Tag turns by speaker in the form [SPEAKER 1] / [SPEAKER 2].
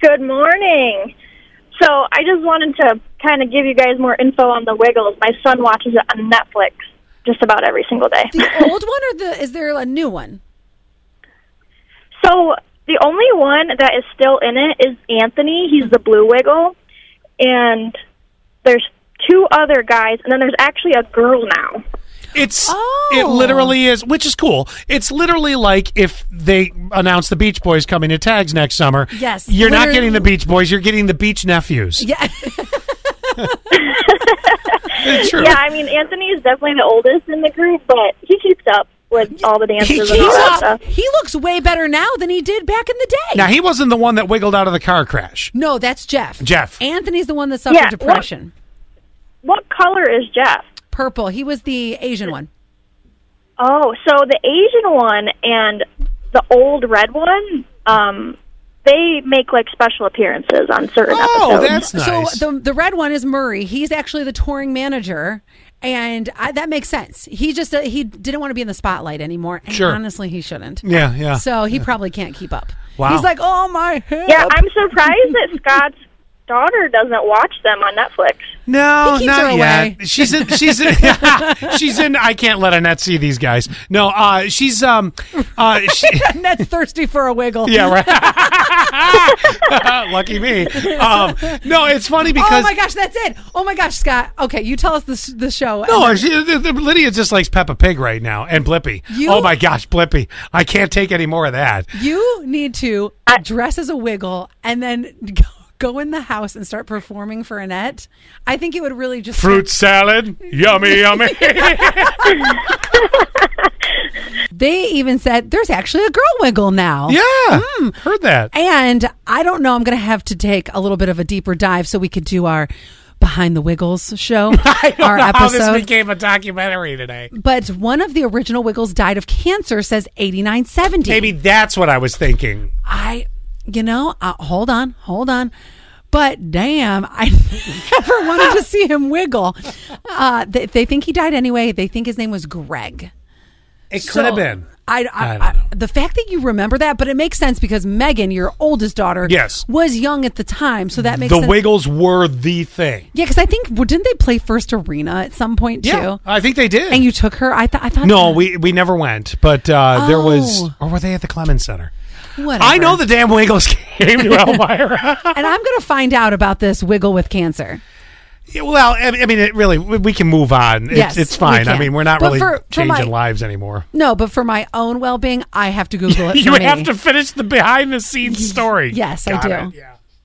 [SPEAKER 1] Good morning. So I just wanted to kind of give you guys more info on the Wiggles. My son watches it on Netflix just about every single day.
[SPEAKER 2] The old one or the is there a new one?
[SPEAKER 1] So the only one that is still in it is Anthony. He's the blue wiggle. And there's two other guys, and then there's actually a girl now.
[SPEAKER 3] It's
[SPEAKER 2] Oh.
[SPEAKER 3] it literally is, which is cool. It's literally like if they announce the Beach Boys coming to Tags next summer.
[SPEAKER 2] Yes,
[SPEAKER 3] you're not
[SPEAKER 2] literally.
[SPEAKER 3] getting the Beach Boys. You're getting the Beach Nephews.
[SPEAKER 2] Yeah.
[SPEAKER 3] It's true.
[SPEAKER 1] Yeah, I mean, Anthony is definitely the oldest in the group, but he keeps up with all the dances and all
[SPEAKER 2] He's
[SPEAKER 1] that
[SPEAKER 2] up-
[SPEAKER 1] stuff.
[SPEAKER 2] he looks way better now than he did back in the day.
[SPEAKER 3] Now he wasn't the one that wiggled out of the car crash.
[SPEAKER 2] no, that's Jeff.
[SPEAKER 3] Jeff.
[SPEAKER 2] Anthony's the one that suffered
[SPEAKER 1] Yeah, what-
[SPEAKER 2] depression.
[SPEAKER 1] What color is Jeff?
[SPEAKER 2] Purple. He was the Asian one.
[SPEAKER 1] Oh, so the Asian one and the old red one, um, they make like special appearances on certain
[SPEAKER 3] Oh,
[SPEAKER 1] episodes.
[SPEAKER 3] that's nice.
[SPEAKER 2] So the the red one is Murray. He's actually the touring manager, and I, that makes sense. He just uh, he didn't want to be in the spotlight anymore. And
[SPEAKER 3] Sure.
[SPEAKER 2] Honestly, he shouldn't.
[SPEAKER 3] Yeah, yeah.
[SPEAKER 2] So he probably can't keep up.
[SPEAKER 3] Wow.
[SPEAKER 2] He's like, oh my head.
[SPEAKER 1] yeah, I'm surprised that Scott's daughter doesn't watch them on Netflix.
[SPEAKER 3] no,
[SPEAKER 2] He keeps
[SPEAKER 3] not
[SPEAKER 2] her away.
[SPEAKER 3] yet. She's in. She's in. she's in. I can't let Annette see these guys. No, uh, she's um, uh, she,
[SPEAKER 2] And that's thirsty for a wiggle.
[SPEAKER 3] Yeah, right. Lucky me. Um, no, it's funny
[SPEAKER 2] Oh
[SPEAKER 3] because.
[SPEAKER 2] my gosh, that's it. Oh my gosh, Scott. Okay, you tell us this the show.
[SPEAKER 3] No, she, th- th- Lydia just likes Peppa Pig right now and Blippi.
[SPEAKER 2] You-
[SPEAKER 3] oh my gosh, Blippi! I can't take any more of that.
[SPEAKER 2] You need to dress as a wiggle and then go, go in the house and start performing for Annette. I think it would really just
[SPEAKER 3] Fruit salad, yummy, yummy.
[SPEAKER 2] They even said there's actually a girl wiggle now.
[SPEAKER 3] yeah,
[SPEAKER 2] Mm.
[SPEAKER 3] heard that.
[SPEAKER 2] And I don't know. I'm going to have to take a little bit of a deeper dive so we could do our behind the Wiggles show,
[SPEAKER 3] I don't
[SPEAKER 2] our
[SPEAKER 3] know how
[SPEAKER 2] episode.
[SPEAKER 3] this became a documentary today.
[SPEAKER 2] but one of the original Wiggles died of cancer. Says 8970.
[SPEAKER 3] Maybe that's what I was thinking.
[SPEAKER 2] I, you know, uh, hold on, hold on. But damn, I never wanted to see him wiggle. Uh, they, they think he died anyway. They think his name was Greg.
[SPEAKER 3] It
[SPEAKER 2] So,
[SPEAKER 3] could have been.
[SPEAKER 2] I, I-
[SPEAKER 3] I don't know.
[SPEAKER 2] I- the fact that you remember that, but it makes sense because Megan, your oldest daughter,
[SPEAKER 3] Yes.
[SPEAKER 2] was young at the time, so that makes
[SPEAKER 3] The
[SPEAKER 2] sense.
[SPEAKER 3] Wiggles were the thing.
[SPEAKER 2] yeah, because I think well, didn't they play First Arena at some point too?
[SPEAKER 3] I think they did.
[SPEAKER 2] And you took her. I thought. I thought.
[SPEAKER 3] no, we we never went, but uh, there was.
[SPEAKER 2] Oh.
[SPEAKER 3] Or were they at the Clemens Center?
[SPEAKER 2] Whatever.
[SPEAKER 3] I know the damn Wiggles came to Elmira.
[SPEAKER 2] And I'm going to find out about this wiggle with cancer.
[SPEAKER 3] Yeah, well, I I mean, it really, we we can move on. It's,
[SPEAKER 2] Yes,
[SPEAKER 3] it's
[SPEAKER 2] we
[SPEAKER 3] fine. I
[SPEAKER 2] can.
[SPEAKER 3] mean, we're not
[SPEAKER 2] But
[SPEAKER 3] really
[SPEAKER 2] for- for
[SPEAKER 3] changing
[SPEAKER 2] my-
[SPEAKER 3] lives anymore.
[SPEAKER 2] No, but for my own well being, I have to Google it.
[SPEAKER 3] You
[SPEAKER 2] for me.
[SPEAKER 3] have to finish the behind the scenes story.
[SPEAKER 2] Yes, I
[SPEAKER 3] Got
[SPEAKER 2] do.
[SPEAKER 3] it, yeah.